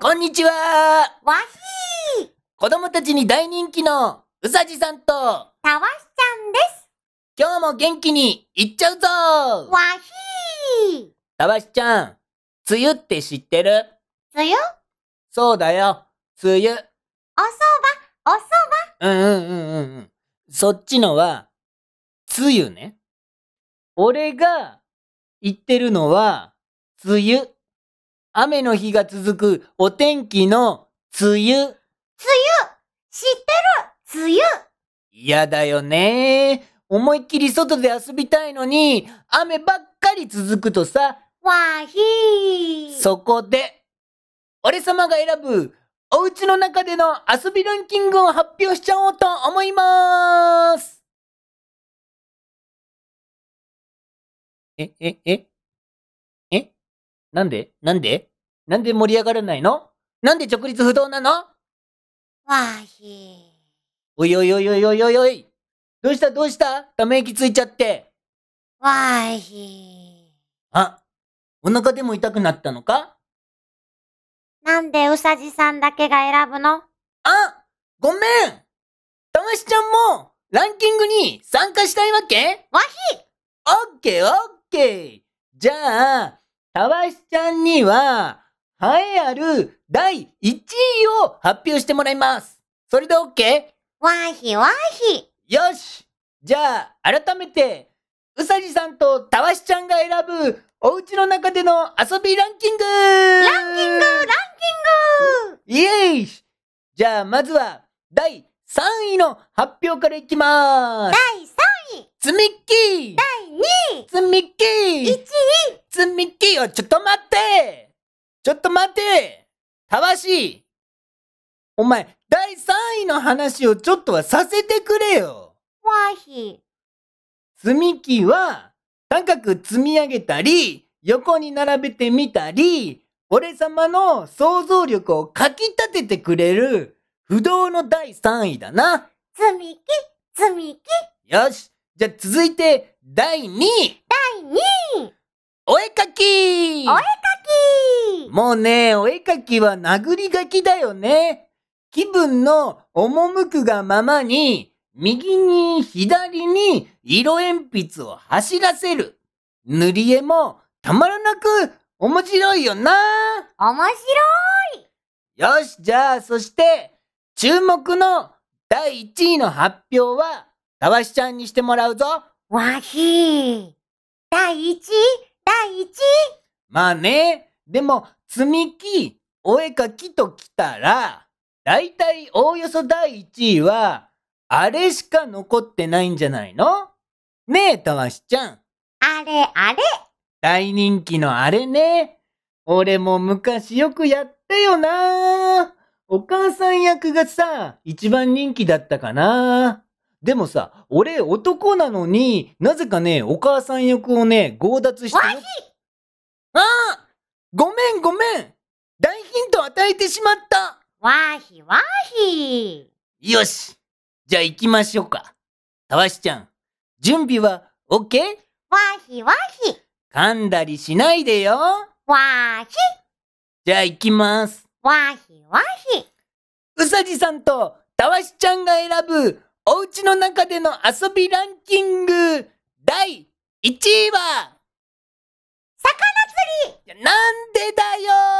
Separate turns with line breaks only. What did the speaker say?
こんにちは
わひー
子供たちに大人気のうさじさんと
たわしちゃんです
今日も元気にいっちゃうぞ
わひー
たわしちゃん、梅雨って知ってる
梅雨お
そうだよ、梅雨。
そば、おそ
うんうんうんうんうん。そっちのは、梅雨ね。俺が言ってるのは、梅雨。雨の日が続くお天気の梅雨。
知ってる梅雨
嫌だよね。思いっきり外で遊びたいのに、雨ばっかり続くとさ、
わひー
そこで、俺様が選ぶ、お家の中での遊びランキングを発表しちゃおうと思いまーす。え、え、ええなんでなんでなんで盛り上がらないのなんで直立不動なの
わひ
おいおいおいおいおいおいおい。どうしたどうしたため息ついちゃって。
ーわひ
あ、お腹でも痛くなったのか
ーなんでうさじさんだけが選ぶの
あ、ごめんたましちゃんもランキングに参加したいわけ
わ
ひオッケーオッケーじゃあ、たわしちゃんには、栄えある第1位を発表してもらいます。それでオッケー
わひわひー
よしじゃあ、改めて、うさじさんとたわしちゃんが選ぶ、お家の中での遊びランキングランキング
ランキング
イエーイじゃあ、まずは、第3位の発表からいきまーす
第
つみっきー
3位、2位、
つみっきー
1位
つみっきーをちょっと待ってちょっと待ってたわしお前、第3位の話をちょっとはさせてくれよ
わひ
積み木は高く積み上げたり、横に並べてみたり、俺様の想像力をかき立ててくれる不動の第3位だな。
積み木、積み木、
よし。じゃあ続いて第2位。
第2位、
お絵かき
お絵かき
もうね、お絵かきは殴り書きだよね。気分の赴くがままに、右に左に色鉛筆を走らせる。塗り絵もたまらなく面白いよな。
面白い
よし、じゃあ、そして、注目の第1位の発表は、たわしちゃんにしてもらうぞ。
わひー第1位、第1位
まあね、でも、積み木、お絵かきときたら、だいたいおおよそ第1位は、あれしか残ってないんじゃないのねえ、たわしちゃん。
あれあれ
大人気のあれね。俺も昔よくやったよな。お母さん役がさ、一番人気だったかな。でもさ、俺男なのに、なぜかね、お母さん役をね、強奪してよ。
わひ
ああごめんごめん大ヒント与えてしまった
わひわひ
よしじゃあ行きましょうか。たわしちゃん、準備は OK?
わひわひ
噛んだりしないでよ
わひ
じゃあ行きます。
わひわひ
うさじさんとたわしちゃんが選ぶお家の中での遊びランキング第1位は
魚釣り
なんでだよ